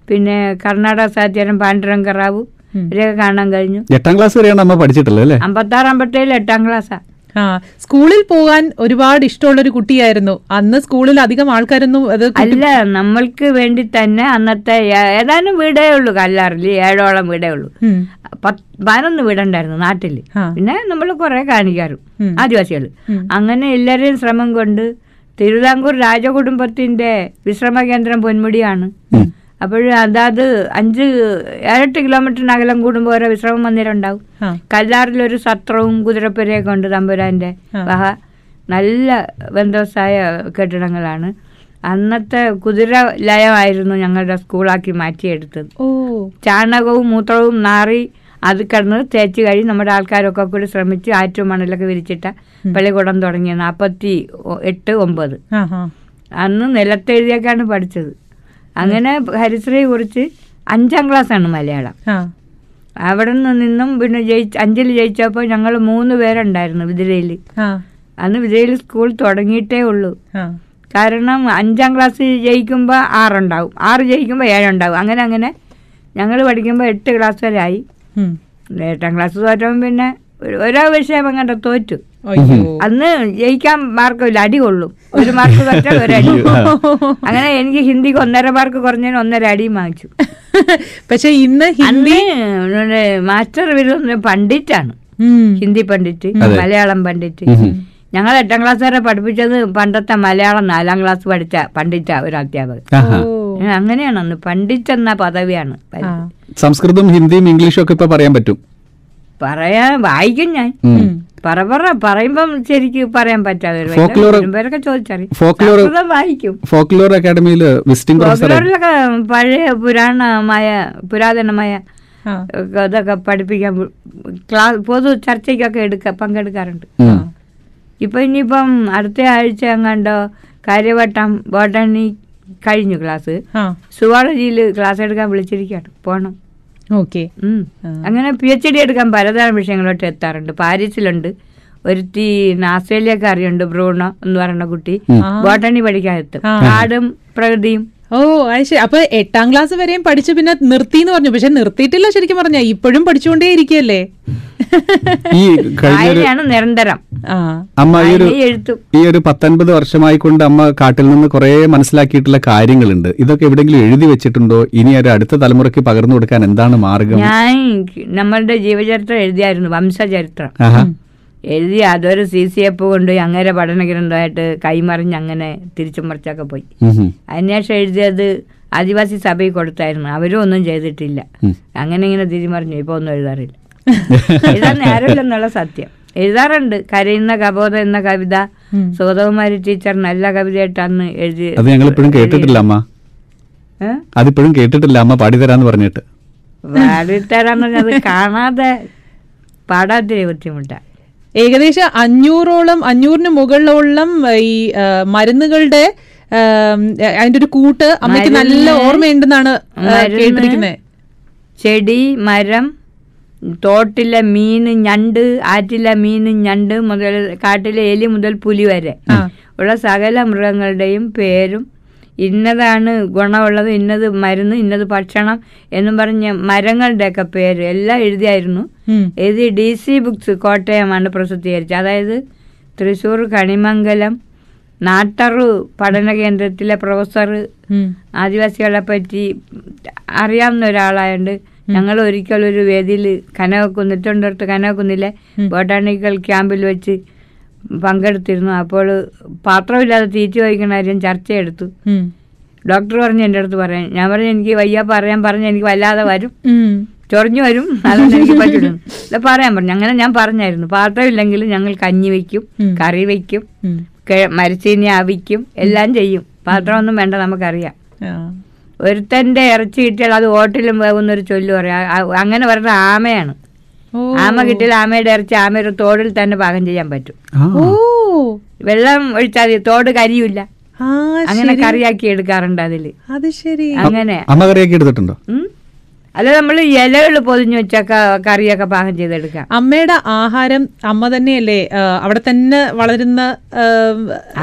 S3: പിന്നെ കർണാടക സാഹിത്യകാരൻ പാണ്ഡുരംഗ റാവു
S1: ഉം.
S3: ഇവരെയൊക്കെ കാണാൻ കഴിഞ്ഞു
S2: എട്ടാം ക്ലാസ് വരെയാണ് അമ്മ പഠിച്ചിട്ടുള്ളത് അല്ലേ
S3: അമ്പത്താറ് അമ്പത്തേഴ് എട്ടാം ക്ലാസ്സാ
S1: ആ സ്കൂളിൽ പോകാൻ ഒരുപാട് ഇഷ്ടമുള്ള ഒരു കുട്ടിയായിരുന്നു അന്ന് സ്കൂളിൽ അധികം ആൾക്കാരൊന്നും അത് കുട്ടി-
S3: അല്ല നമ്മൾക്ക് വേണ്ടി തന്നെ അന്നത്തെ ഏ- ഏതാനും വീടേ ഉള്ളൂ കല്ലാറിൽ ഏഴോളം വീടേ ഉള്ളൂ
S1: ഉം.
S3: പത്ത് പതിനൊന്ന് വീടുണ്ടായിരുന്നു നാട്ടിൽ
S1: ആ.
S3: പിന്നെ നമ്മൾ കുറെ കാണിക്കാറും
S1: ഉം.
S3: ആദിവാസികൾ
S1: ഉം.
S3: അങ്ങനെ എല്ലാവരെയും ശ്രമം കൊണ്ട് തിരുവിതാംകൂർ രാജകുടുംബത്തിന്റെ വിശ്രമ കേന്ദ്രം പൊന്മുടിയാണ് അപ്പോഴും അതാത് അഞ്ച് ഏഴെട്ട് കിലോമീറ്ററിന് അകലം കൂടുമ്പോൾ ഓരോ വിശ്രമ മന്ദിരം ഉണ്ടാവും
S1: ആ.
S3: കല്ലാറിലൊരു സത്രവും കുതിരപ്പുരയൊക്കെ ഉണ്ട് തമ്പുരാന്റെ
S1: ആ.
S3: വഹ നല്ല ബന്ധവസായ കെട്ടിടങ്ങളാണ് അന്നത്തെ കുതിര ലയമായിരുന്നു ഞങ്ങളുടെ സ്കൂളാക്കി മാറ്റിയെടുത്തത്
S1: ഓ
S3: ചാണകവും മൂത്രവും നാറി അത് കിടന്ന് തേച്ച് കഴിഞ്ഞ് നമ്മുടെ ആൾക്കാരൊക്കെ കൂടി ശ്രമിച്ച് ആറ്റും മണലൊക്കെ വിരിച്ചിട്ട പള്ളിക്കൂടം തുടങ്ങിയ നാൽപ്പത്തി എട്ട് ഒമ്പത്
S1: ആ ഹാ
S3: അന്ന് നിലത്തെഴുതിയൊക്കെയാണ് പഠിച്ചത് അങ്ങനെ ഹരിശ്രീ കുറിച്ച് അഞ്ചാം ക്ലാസ്സാണ് മലയാളം
S1: ആ
S3: അവിടെ നിന്ന് നിന്നും പിന്നെ ജയിച്ച് അഞ്ചിൽ ജയിച്ചപ്പോൾ ഞങ്ങൾ മൂന്ന് പേരുണ്ടായിരുന്നു വിതിരയിൽ
S1: ആ
S3: അന്ന് വിതിരയിൽ സ്കൂൾ തുടങ്ങിയിട്ടേ ഉള്ളൂ
S1: ആ
S3: കാരണം അഞ്ചാം ക്ലാസ് ജയിക്കുമ്പോൾ ആറുണ്ടാവും ആറ് ജയിക്കുമ്പോൾ ഏഴുണ്ടാവും അങ്ങനെ അങ്ങനെ ഞങ്ങൾ പഠിക്കുമ്പോൾ എട്ട് ക്ലാസ് വരെ ആയി
S1: ഉം.
S3: എട്ടാം ക്ലാസ് തോറ്റവും പിന്നെ ഒരു- ഓരോ വിഷയം അങ്ങോട്ട് തോറ്റു
S1: അയ്യോ
S3: അന്ന് ജയിക്കാൻ മാർക്കില്ല അടി കൊള്ളും ഒരു മാർക്ക് കുറച്ചാൽ ഒരു അടി അങ്ങനെ എനിക്ക് ഹിന്ദിക്ക് ഒന്നര മാർക്ക് കുറഞ്ഞതിന് ഒന്നര അടിയും വാങ്ങിച്ചു
S1: പക്ഷെ ഇന്ന് ഹി-
S3: അന്ന് ഇവിടെ മാസ്റ്റർ വരുന്ന പണ്ഡിറ്റാണ്
S1: ഉം.
S3: ഹിന്ദി പണ്ഡിറ്റ്
S2: അതെ.
S3: മലയാളം പണ്ഡിറ്റ് ഞങ്ങൾ എട്ടാം ക്ലാസ് വരെ പഠിപ്പിച്ചത് പണ്ടത്തെ മലയാളം നാലാം ക്ലാസ് പഠിച്ച പണ്ഡിറ്റാ ഒരു അധ്യാപകൻ
S2: ആഹാ
S1: ഓ.
S3: ഏ, അങ്ങനെയാണ് അന്ന് പണ്ഡിറ്റ് എന്ന പദവിയാണ്
S1: ആ.
S3: പരി-
S2: സംസ്കൃതം ഹിന്ദിയും ഇംഗ്ലീഷും ഒക്കെ ഇപ്പൊ പറയാൻ പറ്റും
S3: പറയാൻ വായിക്കും ഞാൻ
S2: ഉം.
S1: ഉം.
S3: പറ പറ പറയുമ്പം ശരിക്ക് പറയാൻ പറ്റാതെ വരും.
S2: Folklore-
S3: വരുമ്പൊഴൊക്കെ ചോദിച്ചറിയും
S2: folklore-
S3: സംസ്കൃതം വായിക്കും
S2: ഫോക്ലോർ അക്കാഡമിയിൽ വിസിറ്റിംഗ് പ്രൊഫസർ
S3: ഫോക്ലോറിലൊക്കെ പഴയ പുരാണമായ പുരാതനമായ
S1: ആ.
S3: ഒക്കെ ഇതൊക്കെ പഠിപ്പിക്കാൻ വി- ക്ലാസ് പൊതു ചർച്ചയ്ക്കൊക്കെ എടുക്ക പങ്കെടുക്കാറുണ്ട് ഇപ്പൊ ഇനിയിപ്പം അടുത്ത ആഴ്ച എങ്ങാണ്ടോ കാര്യവട്ടം ബോട്ടണി കഴിഞ്ഞു ക്ലാസ്
S1: ആ
S3: സുവോളജിയിൽ ക്ലാസ് എടുക്കാൻ വിളിച്ചിരിക്കുകയാണ് പോണം
S1: ഓക്കെ
S3: ഉം.
S1: ആ.
S3: അങ്ങനെ പി എച്ച് ഡി എടുക്കാൻ പലതരം വിഷയങ്ങളോട്ട് എത്താറുണ്ട് പാരീസിലുണ്ട് ഒരുത്തി ആസ്ട്രേലിയക്കാരിയുണ്ട് ബ്രൂണോ എന്ന് പറയുന്ന കുട്ടി
S1: ആ.
S3: ബോട്ടണി പഠിക്കാൻ എത്തും
S1: ആ.
S3: കാടും പ്രകൃതിയും
S1: ഓ Oh, അത് ശരി അപ്പൊ എട്ടാം ക്ലാസ് വരെയും പഠിച്ചു പിന്നെ നിർത്തി എന്ന് പറഞ്ഞു പക്ഷെ നിർത്തിയിട്ടില്ല ശരിക്കും പറഞ്ഞ ഇപ്പോഴും പഠിച്ചുകൊണ്ടേ ഇരിക്കുകയല്ലേ
S2: ഈ കഴിഞ്ഞൊരു
S3: വായനയാണ് നിരന്തരം
S1: ആ
S2: അമ്മ ഈ ഒരു
S3: വായനയും എഴുത്തും
S2: ഈ ഒരു പത്തൊൻപത് വർഷമായി കൊണ്ട് അമ്മ കാട്ടിൽ നിന്ന് കുറേ മനസ്സിലാക്കിയിട്ടുള്ള കാര്യങ്ങളുണ്ട് ഇതൊക്കെ എവിടെയെങ്കിലും എഴുതി വെച്ചിട്ടുണ്ടോ ഇനി ഒരു അടുത്ത തലമുറയ്ക്ക് പകർന്നു കൊടുക്കാൻ എന്താണ് മാർഗം
S3: ഞാൻ നമ്മളുടെ ജീവചരിത്രം എഴുതിയായിരുന്നു വംശചരിത്രം
S2: ആഹാ
S3: എഴുതി അതൊരു സി സി എഫ് കൊണ്ടുപോയി അങ്ങനെ പഠന ഗ്രന്ഥമായിട്ട് കൈമറിഞ്ഞ് അങ്ങനെ തിരിച്ചു മറിച്ചൊക്കെ പോയി
S2: ഉം ഹും.
S3: അതിനുശേഷം എഴുതിയത് ആദിവാസി സഭയിൽ കൊടുത്തായിരുന്നു അവരും ഒന്നും ചെയ്തിട്ടില്ല
S2: ഉം.
S3: അങ്ങനെ ഇങ്ങനെ തിരിമറിഞ്ഞു ഇപ്പൊ ഒന്നും എഴുതാറില്ല എഴുതാൻ നേരമില്ലെന്നുള്ള സത്യം എഴുതാറുണ്ട് കരയുന്ന കബോധം എന്ന കവിത
S1: ഉം.
S3: സുഗതകുമാരി ടീച്ചർ നല്ല കവിതയായിട്ട് അന്ന് എഴുതി
S2: അത് ഞങ്ങൾ ഇപ്പോഴും കേട്ടിട്ടില്ല അമ്മ
S3: ഏ?
S2: അതിപ്പോഴും കേട്ടിട്ടില്ല അമ്മ പാടിത്തരാന്ന് പറഞ്ഞിട്ട്
S3: പാടിത്തരാന്ന് പറഞ്ഞാൽ അത് കാണാതെ പാടാത്തിരി ബുദ്ധിമുട്ടാണ്
S1: ഏകദേശം അഞ്ഞൂറോളം അഞ്ഞൂറിന് മുകളിലോളം ഈ ആ, മരുന്നുകളുടെ ആ, അതിന്റെ ഒരു കൂട്ട് അമ്മയ്ക്ക് നല്ല
S3: മരുന്ന്,
S1: ഓർമ്മയുണ്ടെന്നാണ് ആ,
S3: മരുന്ന്,
S1: കേട്ടിരിക്കുന്നത്
S3: ചെടി മരം തോട്ടിലെ മീൻ ഞണ്ട് ആറ്റിലെ മീൻ ഞണ്ട് മുതൽ കാട്ടിലെ എലി മുതൽ പുലി വരെ ഉള്ള സകല മൃഗങ്ങളുടെയും പേരും ഇന്നതാണ് ഗുണമുള്ളത് ഇന്നത് മരുന്ന് ഇന്നത് ഭക്ഷണം എന്നും പറഞ്ഞ മരങ്ങളുടെയൊക്കെ പേര് എല്ലാം എഴുതിയായിരുന്നു
S1: ഉം.
S3: ഇത് ഡി സി ബുക്സ് കോട്ടയമാണ് പ്രസിദ്ധീകരിച്ചത് അതായത് തൃശ്ശൂർ കണിമംഗലം നാട്ടറു പഠന കേന്ദ്രത്തിലെ പ്രൊഫസർ
S1: ഉം.
S3: ആദിവാസികളെ പറ്റി അറിയാവുന്ന ഒരാളായോണ്ട് ഞങ്ങൾ ഒരിക്കലും ഒരു വേദിയിൽ കനകക്കുന്ന് തിരുവനന്തപുരത്ത് കനകക്കുന്നിലെ ബൊട്ടാണിക്കൽ ക്യാമ്പിൽ വെച്ച് പങ്കെടുത്തിരുന്നു അപ്പോൾ പാത്രമില്ലാതെ തീറ്റി വഹിക്കണ കാര്യം ചർച്ചയെടുത്തു
S1: ഉം.
S3: ഡോക്ടർ പറഞ്ഞു എൻ്റെ അടുത്ത് പറയാൻ ഞാൻ പറഞ്ഞു എനിക്ക് വയ്യ പറയാൻ പറഞ്ഞു എനിക്ക് വല്ലാതെ വരും
S1: ഉം.
S3: ചൊറിഞ്ഞു വരും അതുകൊണ്ട് എനിക്ക് പറ്റില്ല ഇത് പറയാൻ പറഞ്ഞു അങ്ങനെ ഞാൻ പറഞ്ഞായിരുന്നു പാത്രമില്ലെങ്കിൽ ഞങ്ങൾ കഞ്ഞി വയ്ക്കും
S1: ഉം.
S3: കറി വയ്ക്കും
S1: ഉം.
S3: കെ- മരച്ചീനി അവിക്കും എല്ലാം ചെയ്യും പാത്രമൊന്നും വേണ്ട നമുക്കറിയാം ഒരുത്തൻ്റെ ഇറച്ചി കിട്ടിയാൽ അത് ഹോട്ടലും പോകുന്നൊരു ചൊല്ലു പറയാം ആ- ആ- അങ്ങനെ പറഞ്ഞ ആമയാണ്
S1: ഓ.
S3: ആമ കിട്ടിയാൽ ആമയുടെ ഇറച്ചി ആമയുടെ തോടിൽ തന്നെ പാകം ചെയ്യാൻ പറ്റും
S2: ആ
S1: ഓ
S3: വെള്ളം ഒഴിച്ചാൽ മതി, തോട് കരിയില്ല
S1: ആ
S3: അങ്ങനെ
S1: ശരി
S3: കറിയാക്കി എടുക്കാറുണ്ട് അതിൽ
S1: അത് ശരി
S3: അങ്ങനെ
S2: അമ്മ കറിയൊക്കെ എടുത്തിട്ടുണ്ടോ
S3: ഉം. അല്ല നമ്മൾ ഇലകൾ പൊതിഞ്ഞു വെച്ചൊക്കെ കറിയൊക്കെ പാകം ചെയ്തെടുക്കാം
S1: അമ്മയുടെ ആഹാരം അമ്മ തന്നെയല്ലേ ആ, അവിടെ തന്നെ വളരുന്ന ആ,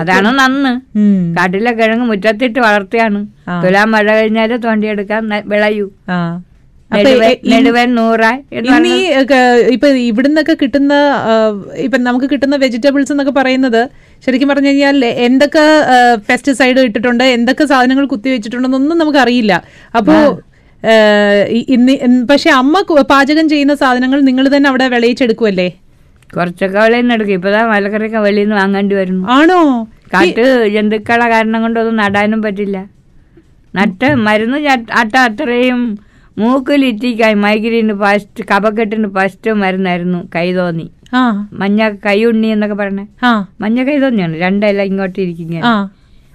S3: അതാണ് നന്ന്
S1: ഉം.
S3: കാട്ടിലെ കിഴങ്ങ് മുറ്റത്തിട്ട് വളർത്തിയാണ്
S1: ആ.
S3: തുലാൻ മഴ കഴിഞ്ഞാല് തോണ്ടിയെടുക്കാൻ ന- വിളയൂ
S1: ആ. അപ്പൊ
S3: നെടുവൻ-
S1: ഈ-
S3: നെടുവൻ നൂറായി എന്ന്
S1: ഇനി
S3: പറഞ്ഞ-
S1: ഒക്കെ ഇപ്പൊ ഇവിടുന്നൊക്കെ കിട്ടുന്ന ആ, ഇപ്പൊ നമുക്ക് കിട്ടുന്ന വെജിറ്റബിൾസ് എന്നൊക്കെ പറയുന്നത് ശരിക്കും പറഞ്ഞു കഴിഞ്ഞാൽ എന്തൊക്കെ പെസ്റ്റിസൈഡ് ഇട്ടിട്ടുണ്ട് എന്തൊക്കെ സാധനങ്ങൾ കുത്തിവെച്ചിട്ടുണ്ടെന്നൊന്നും നമുക്ക് അറിയില്ല അപ്പോ ആ, ഇ- ഇന്ന് ഇന്ന് പക്ഷെ അമ്മ കു- പാചകം ചെയ്യുന്ന സാധനങ്ങൾ നിങ്ങൾ തന്നെ അവിടെ വിളയിച്ചെടുക്കുമല്ലേ
S3: കുറച്ചൊക്കെ വെളിയിൽ നിന്ന് എടുക്കും ഇപ്പതാ മലക്കറിയൊക്കെ വെളിയിൽ നിന്ന് വാങ്ങേണ്ടി വരുന്നു
S1: ആണോ
S3: കാട്ട് ജന്തുക്കളെ കാരണം കൊണ്ടൊന്നും നടാനും പറ്റില്ല നട്ട് മരുന്ന് ചാ- അട്ട അത്രയും മൂക്കിലിറ്റിക്കായി മൈഗ്രീന് ഫസ്റ്റ് കപക്കെട്ടിന് ഫസ്റ്റ് മരുന്നായിരുന്നു കൈതോന്നി
S1: ആ
S3: മഞ്ഞ കൈയുണ്ണി എന്നൊക്കെ പറഞ്ഞേ
S1: ആ
S3: മഞ്ഞ കൈതോന്നിയാണ് രണ്ടെല്ലാം ഇങ്ങോട്ട് ഇരിക്കുക
S1: ആ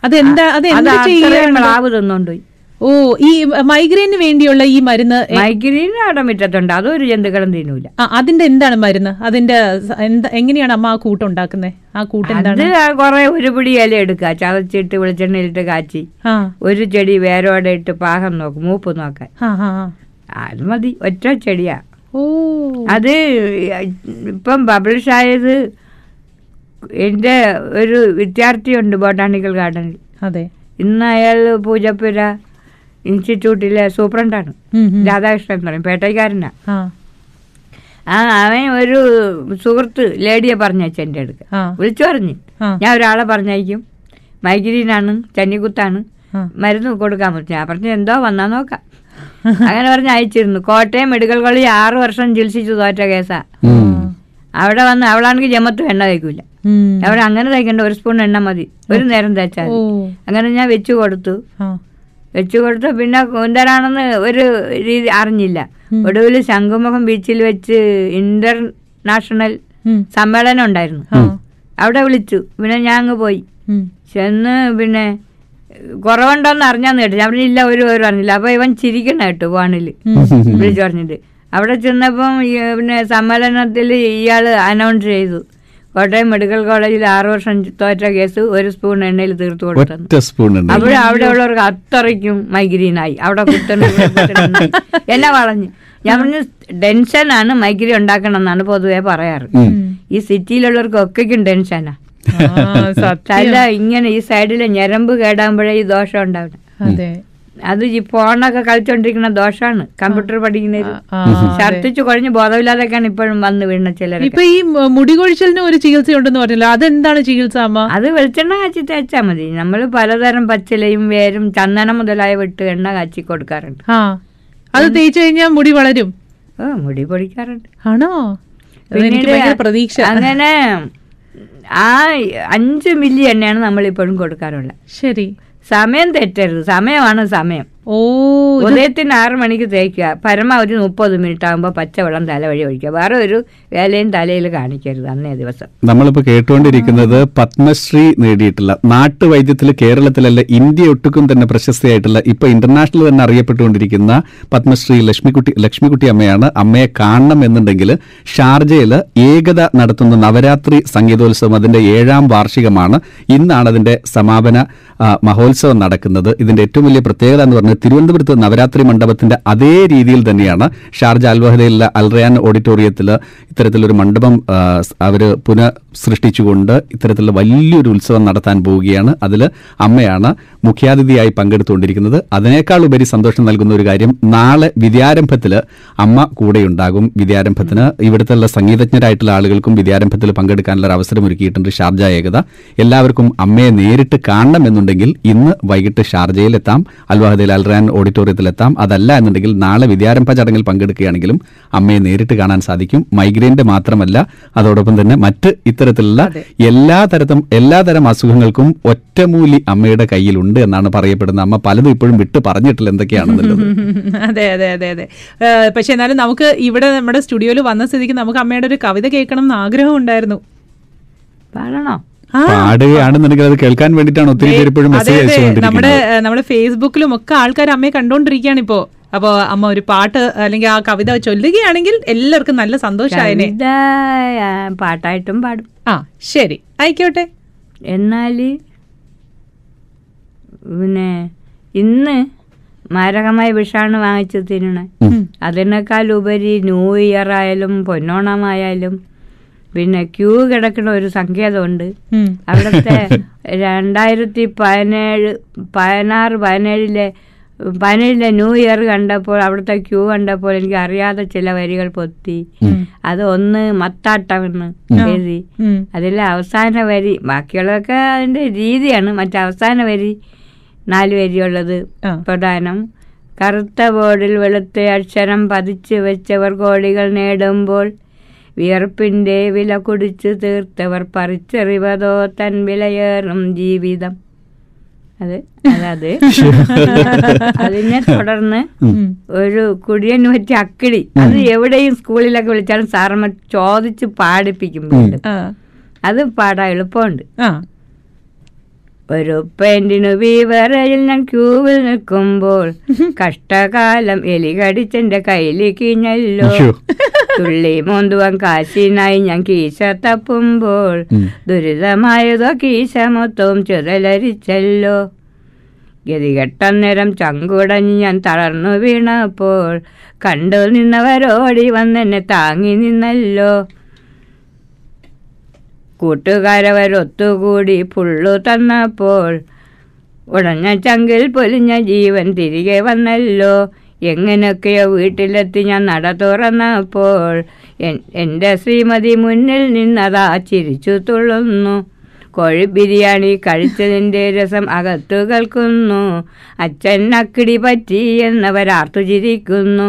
S1: അതെന്താ അത് എന്താ ചെയ്യാൻ
S3: പ്ലാവ് തിന്നോണ്ട് പോയി
S1: ഓ ഈ മൈഗ്രെയിന് വേണ്ടിയുള്ള ഈ മരുന്ന് എ-
S3: മൈഗ്രീൻ അവിടെ മുറ്റത്തുണ്ട് അതൊരു ജന്തുക്കളും തിന്നൂല
S1: ആ, അതിന്റെ എന്താണ് മരുന്ന് അതിന്റെ സ- എന്താ എങ്ങനെയാണ് അമ്മ ആ കൂട്ട് ഉണ്ടാക്കുന്നത് ആ കൂട്ട് എന്താണ്
S3: അത് കുറെ ഒരു പിടി ഇല എടുക്കുക ചതച്ചിട്ട് വെളിച്ചെണ്ണയിലിട്ട് കാച്ചി
S1: ആ
S3: ഒരു ചെടി വേരോടെ ഇട്ട് പാകം നോക്കും മൂപ്പ് നോക്കാൻ
S1: ആ ആ, ആ.
S3: അത് മതി ഒറ്റ ചെടിയാ
S1: ഓ
S3: അത് ഇപ്പം പബ്ലിഷായത് എൻ്റെ ഒരു വിദ്യാർത്ഥിയുണ്ട് ബൊട്ടാണിക്കൽ ഗാർഡനിൽ
S1: അതെ
S3: ഇന്ന് അയാൾ പൂജപ്പുര ഇൻസ്റ്റിറ്റ്യൂട്ടിലെ സൂപ്രണ്ടാണ്
S1: ഉം, ഉം.
S3: രാധാകൃഷ്ണൻ എന്ന് പറയും പേട്ടയ്ക്കാരനാ
S1: ആ
S3: ആ അവൻ ഒരു സുഹൃത്ത് ലേഡിയെ പറഞ്ഞയച്ചു എൻ്റെ അടുക്ക
S1: ആ
S3: വിളിച്ചു പറഞ്ഞു
S1: ആ.
S3: ഞാൻ ഒരാളെ പറഞ്ഞയക്കും മൈഗ്രീനാണ് ചന്നിക്കുത്താണ്
S1: ആ.
S3: മരുന്ന് കൊടുക്കാൻ പറ്റും ഞാൻ പറഞ്ഞു എന്തോ വന്നാ നോക്കാം അങ്ങനെ പറഞ്ഞ് അയച്ചിരുന്നു കോട്ടയം മെഡിക്കൽ കോളേജ് ആറ് വർഷം ചികിത്സിച്ചു തോറ്റ കേസാ
S2: ഉം.
S3: അവിടെ വന്ന് അവളാണെങ്കിൽ ജമത്ത് എണ്ണ തയ്ക്കൂല
S1: ഉം.
S3: അവിടെ അങ്ങനെ തയ്ക്കണ്ട ഒരു സ്പൂൺ എണ്ണ മതി ഒരു നേരം തയ്ച്ചാൽ
S1: ഓ
S3: മതി. അങ്ങനെ ഞാൻ വെച്ചു കൊടുത്തു
S1: ആ
S3: വെച്ചു കൊടുത്തു പിന്നെ കൂന്തരാണെന്ന് ഒരു രീതി അറിഞ്ഞില്ല
S1: ഉം.
S3: ഒടുവിൽ ശംഖുമുഖം ബീച്ചിൽ വെച്ച് ഇന്റർനാഷണൽ
S1: ഉം.
S3: സമ്മേളനം ഉണ്ടായിരുന്നു
S1: ആ.
S3: അവിടെ വിളിച്ചു പിന്നെ ഞാൻ അങ്ങ് പോയി
S1: ഉം.
S3: ചെന്ന് പിന്നെ കുറവുണ്ടോന്ന് അറിഞ്ഞാന്ന് കേട്ടു ഞാൻ പറഞ്ഞു ഇല്ല ഒരു ഒരു അറിഞ്ഞില്ല അപ്പൊ ഇവൻ ചിരിക്കണ കേട്ടു ഫോണിൽ
S1: ഉം.
S3: വിളിച്ചു പറഞ്ഞിട്ട് അവിടെ ചെന്നപ്പം ഈ പിന്നെ സമ്മേളനത്തിൽ ഇയാൾ അനൗൺസ് ചെയ്തു കോട്ടയം മെഡിക്കൽ കോളേജിൽ ആറു വർഷം തോറ്റ കേസ് ഒരു സ്പൂൺ എണ്ണയിൽ തീർത്തു കൊടുത്തു
S2: ഒറ്റ സ്പൂൺ ഉണ്ട്
S3: അവിടെ അവിടെ ഉള്ളവർക്ക് അത്രയ്ക്കും മൈഗ്രീനായി അവിടെ കുത്തണ എന്നെ പറഞ്ഞു ഞാൻ പറഞ്ഞു ടെൻഷനാണ് മൈഗ്രീൻ ഉണ്ടാക്കണമെന്നാണ് പൊതുവെ പറയാറ്
S2: ഉം.
S3: ഈ സിറ്റിയിലുള്ളവർക്ക് ഒക്കെയും ടെൻഷനാ
S1: ആ, സത്യം
S3: തല ഇങ്ങനെ ഈ സൈഡിലെ ഞരമ്പ് കേടാകുമ്പോഴേ ഈ ദോഷം ഉണ്ടാവണം
S1: അതെ
S3: അത് ഈ ഫോണൊക്കെ കളിച്ചോണ്ടിരിക്കുന്ന ദോഷമാണ് കമ്പ്യൂട്ടർ പഠിക്കുന്നത്
S1: ആ,
S3: ഛർദിച്ചു കുഴഞ്ഞ് ബോധമില്ലാതൊക്കെയാണ് ഇപ്പോഴും വന്ന് വീണ ചിലരൊക്കെ
S1: ഇപ്പൊ ഈ മ- മുടികൊഴിച്ചിലിന് ഒരു ചികിത്സ ഉണ്ടെന്ന് പറഞ്ഞല്ലോ അതെന്താണ് ചികിത്സ അമ്മ
S3: അത് വെളിച്ചെണ്ണ കാച്ചി തേച്ചാൽ മതി നമ്മൾ പലതരം പച്ചിലയും വേരും ചന്ദനം മുതലായ വിട്ട് എണ്ണ കാച്ചി കൊടുക്കാറുണ്ട്
S1: ആ അത് തേച്ചു കഴിഞ്ഞാൽ മുടി വളരും
S3: ഓ മുടി പൊടിക്കാറുണ്ട്
S1: ആണോ എനിക്ക്
S3: പിന്നീട്
S1: ഭയങ്കര പ്രതീക്ഷ
S3: അങ്ങനെ ആ അഞ്ച് മില്ലി എണ്ണയാണ് നമ്മൾ ഇപ്പോഴും കൊടുക്കാറുള്ളത്
S1: ശരി
S3: സമയം തെറ്റരുത് സമയമാണ് സമയം
S1: ഓ
S3: ഉദയത്തിന് ആറ് മണിക്ക് തേക്കുക പരമാവധി മുപ്പത് മിനിറ്റ് ആകുമ്പോൾ പച്ചവെള്ളം തലവഴി ഒഴിക്കുക വേറെ ഒരു വേലയും തലയിൽ കാണിക്കരുത് അന്നേ ദിവസം
S2: നമ്മളിപ്പോ കേട്ടുകൊണ്ടിരിക്കുന്നത് പത്മശ്രീ നേടിയിട്ടുള്ള നാട്ടുവൈദ്യത്തിൽ കേരളത്തിലല്ല ഇന്ത്യ ഒട്ടുക്കും തന്നെ പ്രശസ്തിയായിട്ടുള്ള ഇപ്പൊ ഇന്റർനാഷണൽ തന്നെ അറിയപ്പെട്ടുകൊണ്ടിരിക്കുന്ന പത്മശ്രീ ലക്ഷ്മിക്കുട്ടി ലക്ഷ്മിക്കുട്ടി അമ്മയാണ് അമ്മയെ കാണണം എന്നുണ്ടെങ്കിൽ ഷാർജയിൽ ഏകത നടത്തുന്ന നവരാത്രി സംഗീതോത്സവം അതിന്റെ ഏഴാം വാർഷികമാണ് ഇന്നാണ് അതിന്റെ സമാപന ആ, മഹോത്സവം നടക്കുന്നത് ഇതിന്റെ ഏറ്റവും വലിയ പ്രത്യേകത എന്ന് പറഞ്ഞാൽ തിരുവനന്തപുരത്ത് നവരാത്രി മണ്ഡപത്തിന്റെ അതേ രീതിയിൽ തന്നെയാണ് ഷാർജ അൽവഹദയിലെ അൽറയാൻ ഓഡിറ്റോറിയത്തിൽ ഇത്തരത്തിലൊരു മണ്ഡപം അവർ പുനഃസൃഷ്ടിച്ചുകൊണ്ട് ഇത്തരത്തിലുള്ള വലിയൊരു ഉത്സവം നടത്താൻ പോവുകയാണ് അതിൽ അമ്മയാണ് മുഖ്യാതിഥിയായി പങ്കെടുത്തുകൊണ്ടിരിക്കുന്നത് അതിനേക്കാൾ ഉപരി സന്തോഷം നൽകുന്ന ഒരു കാര്യം നാളെ വിദ്യാരംഭത്തിൽ അമ്മ കൂടെയുണ്ടാകും വിദ്യാരംഭത്തിന് ഇവിടുത്തെ സംഗീതജ്ഞരായിട്ടുള്ള ആളുകൾക്കും വിദ്യാരംഭത്തിൽ പങ്കെടുക്കാനുള്ള ഒരു അവസരം ഒരുക്കിയിട്ടുണ്ട് ഷാർജ ഏകത എല്ലാവർക്കും അമ്മയെ നേരിട്ട് കാണണം എന്നുണ്ടെങ്കിൽ ഇന്ന് വൈകിട്ട് ഷാർജയിലെത്താം അൽവാഹദയിൽ അൽറാൻ ഓഡിറ്റോറിയത്തിലെത്താം അതല്ല എന്നുണ്ടെങ്കിൽ നാളെ വിദ്യാരംഭ ചടങ്ങിൽ പങ്കെടുക്കുകയാണെങ്കിലും അമ്മയെ നേരിട്ട് കാണാൻ സാധിക്കും മൈഗ്രെയിൻ്റെ മാത്രമല്ല അതോടൊപ്പം തന്നെ മറ്റ് ഇത്തരത്തിലുള്ള എല്ലാ തരത്തും എല്ലാ തരം അസുഖങ്ങൾക്കും ഒറ്റമൂലി അമ്മയുടെ കയ്യിലുണ്ട് എന്നാണ് പറയപ്പെടുന്നത് അമ്മ പലതും ഇപ്പോഴും വിട്ട് പറഞ്ഞിട്ടില്ല എന്തൊക്കെയാണെന്നുള്ളത്
S1: അതെ അതെ അതെ അതെ ഏഹ് പക്ഷെ എന്നാലും നമുക്ക് ഇവിടെ നമ്മുടെ സ്റ്റുഡിയോയിൽ വന്ന സ്ഥിതിക്ക് നമുക്ക് അമ്മയുടെ ഒരു കവിത കേൾക്കണം എന്ന് ആഗ്രഹം ഉണ്ടായിരുന്നു
S3: പാടണോ
S1: ആ.
S2: പാടുകയാണെന്നുണ്ടെങ്കിൽ അത് കേൾക്കാൻ വേണ്ടിയിട്ടാണ് ഒത്തിരി പേര് ഇപ്പോഴും മെസ്സേജ്
S1: നമ്മുടെ
S2: അയച്ചുകൊണ്ടിരിക്കുന്നത്
S1: ഏഹ്, നമ്മുടെ ഫേസ്ബുക്കിലും ഒക്കെ ആൾക്കാർ അമ്മയെ കണ്ടോണ്ടിരിക്കുകയാണ് ഇപ്പോ അപ്പൊ അമ്മ ഒരു പാട്ട് അല്ലെങ്കിൽ ആ കവിത ചൊല്ലുകയാണെങ്കിൽ എല്ലാവർക്കും നല്ല സന്തോഷമായനെ
S3: കവിത ആ, പാട്ടായിട്ടും പാടും
S1: ആ ശരി ആയിക്കോട്ടെ
S3: എന്നാൽ പിന്നെ ഇന്ന് മാരകമായ വിഷാണ് വാങ്ങിച്ചു തിന്നണേ അതിനേക്കാൾ ഉപരി ന്യൂ ഇയർ ആയാലും പൊന്നോണമായാലും പിന്നെ ക്യൂ കിടക്കുന്ന ഒരു സങ്കേതമുണ്ട്
S1: ഉം.
S3: അവിടുത്തെ രണ്ടായിരത്തി പതിനേഴ് പതിനാറ് പതിനേഴിലെ പതിനേഴിലെ ന്യൂ ഇയർ കണ്ടപ്പോൾ അവിടുത്തെ ക്യൂ കണ്ടപ്പോൾ എനിക്ക് അറിയാതെ ചില വരികൾ പൊത്തി അത് ഒന്ന് മത്താട്ടമെന്ന് എഴുതി
S1: ഉം.
S3: അതിലെ അവസാന വരി ബാക്കിയുള്ളതൊക്കെ അതിൻ്റെ രീതിയാണ് മറ്റേ അവസാന വരി നാല് വരിയുള്ളത്
S1: ആ.
S3: പ്രധാനം കറുത്ത ബോർഡിൽ വെളുത്ത അക്ഷരം പതിച്ചു വെച്ചവർ കോടികൾ നേടുമ്പോൾ വിയർപ്പിൻ്റെ വില കുടിച്ചു തീർത്തവർ പറിച്ചെറിവതോ തൻ വിലയേറും ജീവിതം അത് അതാത് അതിനെ തുടർന്ന്
S1: ഉം.
S3: ഒരു കുടിയന് പറ്റിയ അക്കിളി അത് എവിടെയും സ്കൂളിലൊക്കെ വിളിച്ചാലും സാറമ്മ ചോദിച്ച് പാടിപ്പിക്കും വീണ്ടും.
S1: ആ.
S3: അത് പാടാൻ എളുപ്പമുണ്ട്
S1: ആ.
S3: ഒരു പെയിന്റിനു വീവറയിൽ ഞാൻ ക്യൂവിൽ നിൽക്കുമ്പോൾ കഷ്ടകാലം എലി കടിച്ചെന്റെ കയ്യില് കിഞ്ഞല്ലോ
S2: അയ്യോ.
S3: തുള്ളി മോന്തുവാൻ കാശിനായി ഞാൻ കീശ തപ്പുമ്പോൾ ദുരിതമായതോ കീശ മൊത്തവും ചുരലരിച്ചല്ലോ ഗതികെട്ടന്നേരം ചങ്കുടഞ്ഞ് ഞാൻ തളർന്നു വീണപ്പോൾ കണ്ടു നിന്നവരോടി വന്നെന്നെ താങ്ങി നിന്നല്ലോ കൂട്ടുകാരവരൊത്തുകൂടി പുള്ളു തന്നപ്പോൾ ഉടഞ്ഞ ചങ്കിൽ പൊലിഞ്ഞ ജീവൻ തിരികെ വന്നല്ലോ എങ്ങനെയൊക്കെയോ വീട്ടിലെത്തി ഞാൻ നട തുറന്നപ്പോൾ എൻ- എൻ്റെ ശ്രീമതി മുന്നിൽ നിന്നതാ ചിരിച്ചു തുള്ളുന്നു കോഴി ബിരിയാണി കഴിച്ചതിൻ്റെ രസം അകത്തു കേൾക്കുന്നു അച്ഛൻ അക്കിടി പറ്റി എന്നവരാർത്തു ചിരിക്കുന്നു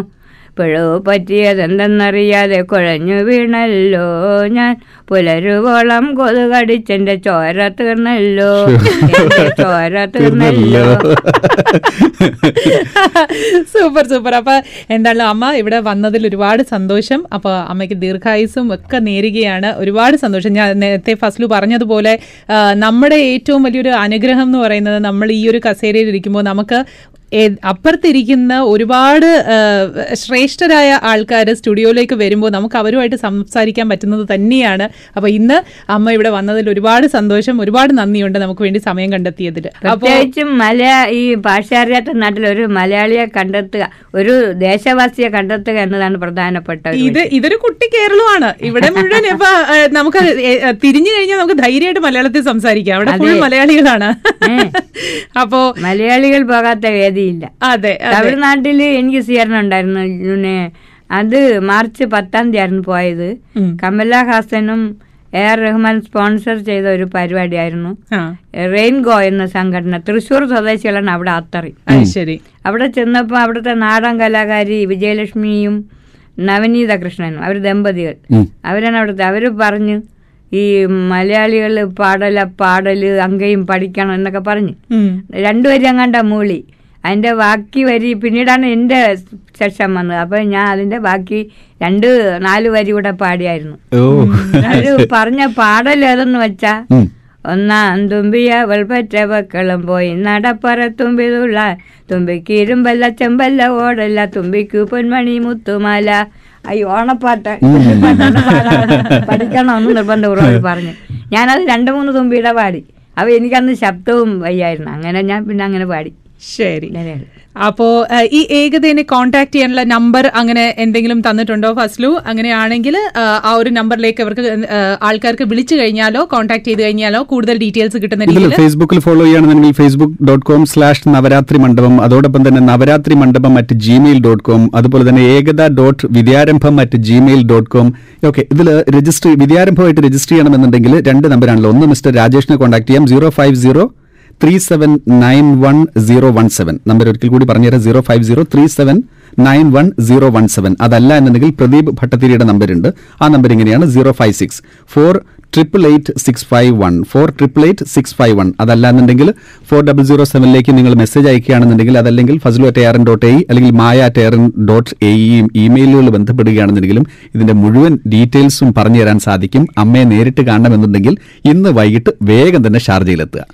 S3: പിഴവ് പറ്റിയതെന്തെന്നറിയാതെ കുഴഞ്ഞു വീണല്ലോ ഞാൻ പുലരുവോളം കൊതുകടിച്ചെന്റെ ചോര തീർന്നല്ലോ എന്റെ ചോര തീർന്നല്ലോ
S1: സൂപ്പർ സൂപ്പർ അപ്പൊ എന്തായാലും അമ്മ ഇവിടെ വന്നതിൽ ഒരുപാട് സന്തോഷം അപ്പൊ അമ്മയ്ക്ക് ദീർഘായുസും ഒക്കെ നേരുകയാണ് ഒരുപാട് സന്തോഷം ഞാൻ നേരത്തെ ഫസ്ലു പറഞ്ഞതുപോലെ ആ, നമ്മുടെ ഏറ്റവും വലിയൊരു അനുഗ്രഹം എന്ന് പറയുന്നത് നമ്മൾ ഈ ഒരു കസേരയിൽ ഇരിക്കുമ്പോൾ നമുക്ക് ഏ- അപ്പുറത്തിരിക്കുന്ന ഒരുപാട് ആ, ശ്രേഷ്ഠരായ ആൾക്കാർ സ്റ്റുഡിയോയിലേക്ക് വരുമ്പോൾ നമുക്ക് അവരുമായിട്ട് സംസാരിക്കാൻ പറ്റുന്നത് തന്നെയാണ് അപ്പോൾ ഇന്ന് അമ്മ ഇവിടെ വന്നതിൽ ഒരുപാട് സന്തോഷം ഒരുപാട് നന്ദിയുണ്ട് നമുക്ക് വേണ്ടി സമയം കണ്ടെത്തിയതിൽ അപ്പോൾ
S3: പ്രത്യേകിച്ചും മലയാ ഈ ഭാഷ അറിയാത്ത നാട്ടിൽ ഒരു മലയാളിയെ കണ്ടെത്തുക ഒരു ദേശവാസിയെ കണ്ടെത്തുക എന്നതാണ് പ്രധാനപ്പെട്ട ഒരു
S1: ഇത് ഇതൊരു കുട്ടി കേരളമാണ് ഇവിടെ മുഴുവൻ ഇപ്പൊ ഏ, നമുക്ക് ഏ, ഏ, തിരിഞ്ഞു കഴിഞ്ഞാൽ നമുക്ക് ധൈര്യമായിട്ട് മലയാളത്തിൽ സംസാരിക്കാം അവിടെ ഫുൾ മലയാളികളാണ് അപ്പോ
S3: മലയാളികൾ പോകാത്ത വേദിയില്ല
S1: അതെ അതെ
S3: തമിഴ്നാട്ടിൽ എനിക്ക് സ്വീകരണം ഉണ്ടായിരുന്നു പിന്നെ അത് മാർച്ച് പത്താം തീയതി ആയിരുന്നു പോയത്
S1: ഉം.
S3: കമലഹാസനും എ ആർ റഹ്മാൻ സ്പോൺസർ ചെയ്ത ഒരു പരിപാടിയായിരുന്നു
S1: ആ
S3: റെയിൻഗോ എന്ന സംഘടന തൃശ്ശൂർ സ്വദേശികളാണ് അവിടെ അത്തറി
S1: അത് ശരി
S3: അവിടെ ചെന്നപ്പോൾ അവിടുത്തെ നാടൻ കലാകാരി വിജയലക്ഷ്മിയും നവനീത കൃഷ്ണനും അവർ ദമ്പതികൾ അവരാണ് അവിടുത്തെ അവർ പറഞ്ഞു ഈ മലയാളികൾ പാടല പാടല് അങ്ങയും പഠിക്കണം എന്നൊക്കെ പറഞ്ഞു
S1: ഉം.
S3: രണ്ടുപേരും അങ്ങാണ്ട മൂളി അതിന്റെ ബാക്കി വരി പിന്നീടാണ് എൻ്റെ സെക്ഷൻ വന്നത് അപ്പൊ ഞാൻ അതിന്റെ ബാക്കി രണ്ട് നാല് വരി കൂടെ പാടിയായിരുന്നു
S2: ഓ
S3: അവര് പറഞ്ഞ പാടൽ ഏതെന്ന് വെച്ചാ
S2: ഉം.
S3: ഒന്നാം തുമ്പിയ വെൾപ്പറ്റ മക്കളും പോയി നടപ്പറ തുമ്പിതുള്ള തുമ്പിക്ക് ഇരുമ്പല്ല ചെമ്പല്ല ഓടല്ല തുമ്പിക്ക് പൊന്മണി മുത്തുമാല അയ്യോ ഓണപ്പാട്ട് പാട്ടാണ് പാടാൻ. പഠിക്കണമെന്ന് നിർബന്ധപൂർവ്വം പറഞ്ഞു ഞാനത് രണ്ട് മൂന്ന് തുമ്പിയുടെ പാടി അവ എനിക്കന്ന് ശബ്ദവും വയ്യായിരുന്നു അങ്ങനെ ഞാൻ പിന്നെ അങ്ങനെ പാടി
S1: ശരി
S3: ഇങ്ങനെയാണ്
S1: അപ്പോ ഏ, ഈ ഏകദേശം കോൺടാക്ട് ചെയ്യാനുള്ള നമ്പർ അങ്ങനെ എന്തെങ്കിലും തന്നിട്ടുണ്ടോ ഫസ്ലു അങ്ങനെയാണെങ്കിൽ ആ, ആ ഒരു നമ്പറിലേക്ക് അവർക്ക് ഏ, ആൾക്കാർക്ക് വിളിച്ചു കഴിഞ്ഞാലോ കോൺടാക്ട് ചെയ്ത് കഴിഞ്ഞാലോ കൂടുതൽ ഡീറ്റെയിൽസ് കിട്ടുന്ന
S2: ഇതിൽ
S1: രീതിയിൽ
S2: ഫേസ്ബുക്കിൽ ഫോളോ ചെയ്യുകയാണെന്നുണ്ടെങ്കിൽ Facebook dot com slash Navaratri Mandapam അതോടൊപ്പം തന്നെ Navarathri Mandapam at Gmail dot com അതുപോലെ തന്നെ Ekatha dot Vidyarambham at Gmail dot com okay ഇതിൽ രജിസ്റ്റർ വിദ്യാരംഭമായിട്ട് രജിസ്റ്റർ ചെയ്യണമെന്നുണ്ടെങ്കിൽ രണ്ട് നമ്പറാണല്ലോ ഒന്ന് മിസ്റ്റർ രാജേഷിനെ കോൺടാക്ട് ചെയ്യാം zero five zero three seven nine one zero one seven number ഒരിക്കൽ കൂടി പറഞ്ഞുതരാം zero five zero three seven nine one zero one seven അതല്ല എന്നുണ്ടെങ്കിൽ പ്രദീപ് ഭട്ടത്തിരിയുടെ നമ്പറുണ്ട് ആ നമ്പർ ഇങ്ങനെയാണ് zero five six four triple eight six five one four triple eight six five one അതല്ലാന്നുണ്ടെങ്കിൽ ഫോർ ഡബിൾ സീറോ സെവനിലേക്ക് നിങ്ങൾ മെസ്സേജ് അയക്കുകയാണെന്നുണ്ടെങ്കിൽ അതല്ലെങ്കിൽ Fazlu at air dot A E അല്ലെങ്കിൽ മായ അറ്റ് എയർ ഡോട്ട് എയും E ഇമെയിലുകൾ ബന്ധപ്പെടുകയാണെന്നുണ്ടെങ്കിലും ഇതിന്റെ മുഴുവൻ ഡീറ്റെയിൽസും പറഞ്ഞു തരാൻ സാധിക്കും അമ്മയെ നേരിട്ട് കാണണമെന്നുണ്ടെങ്കിൽ ഇന്ന് വൈകിട്ട് വേഗം തന്നെ ഷാർജയിലെത്തുക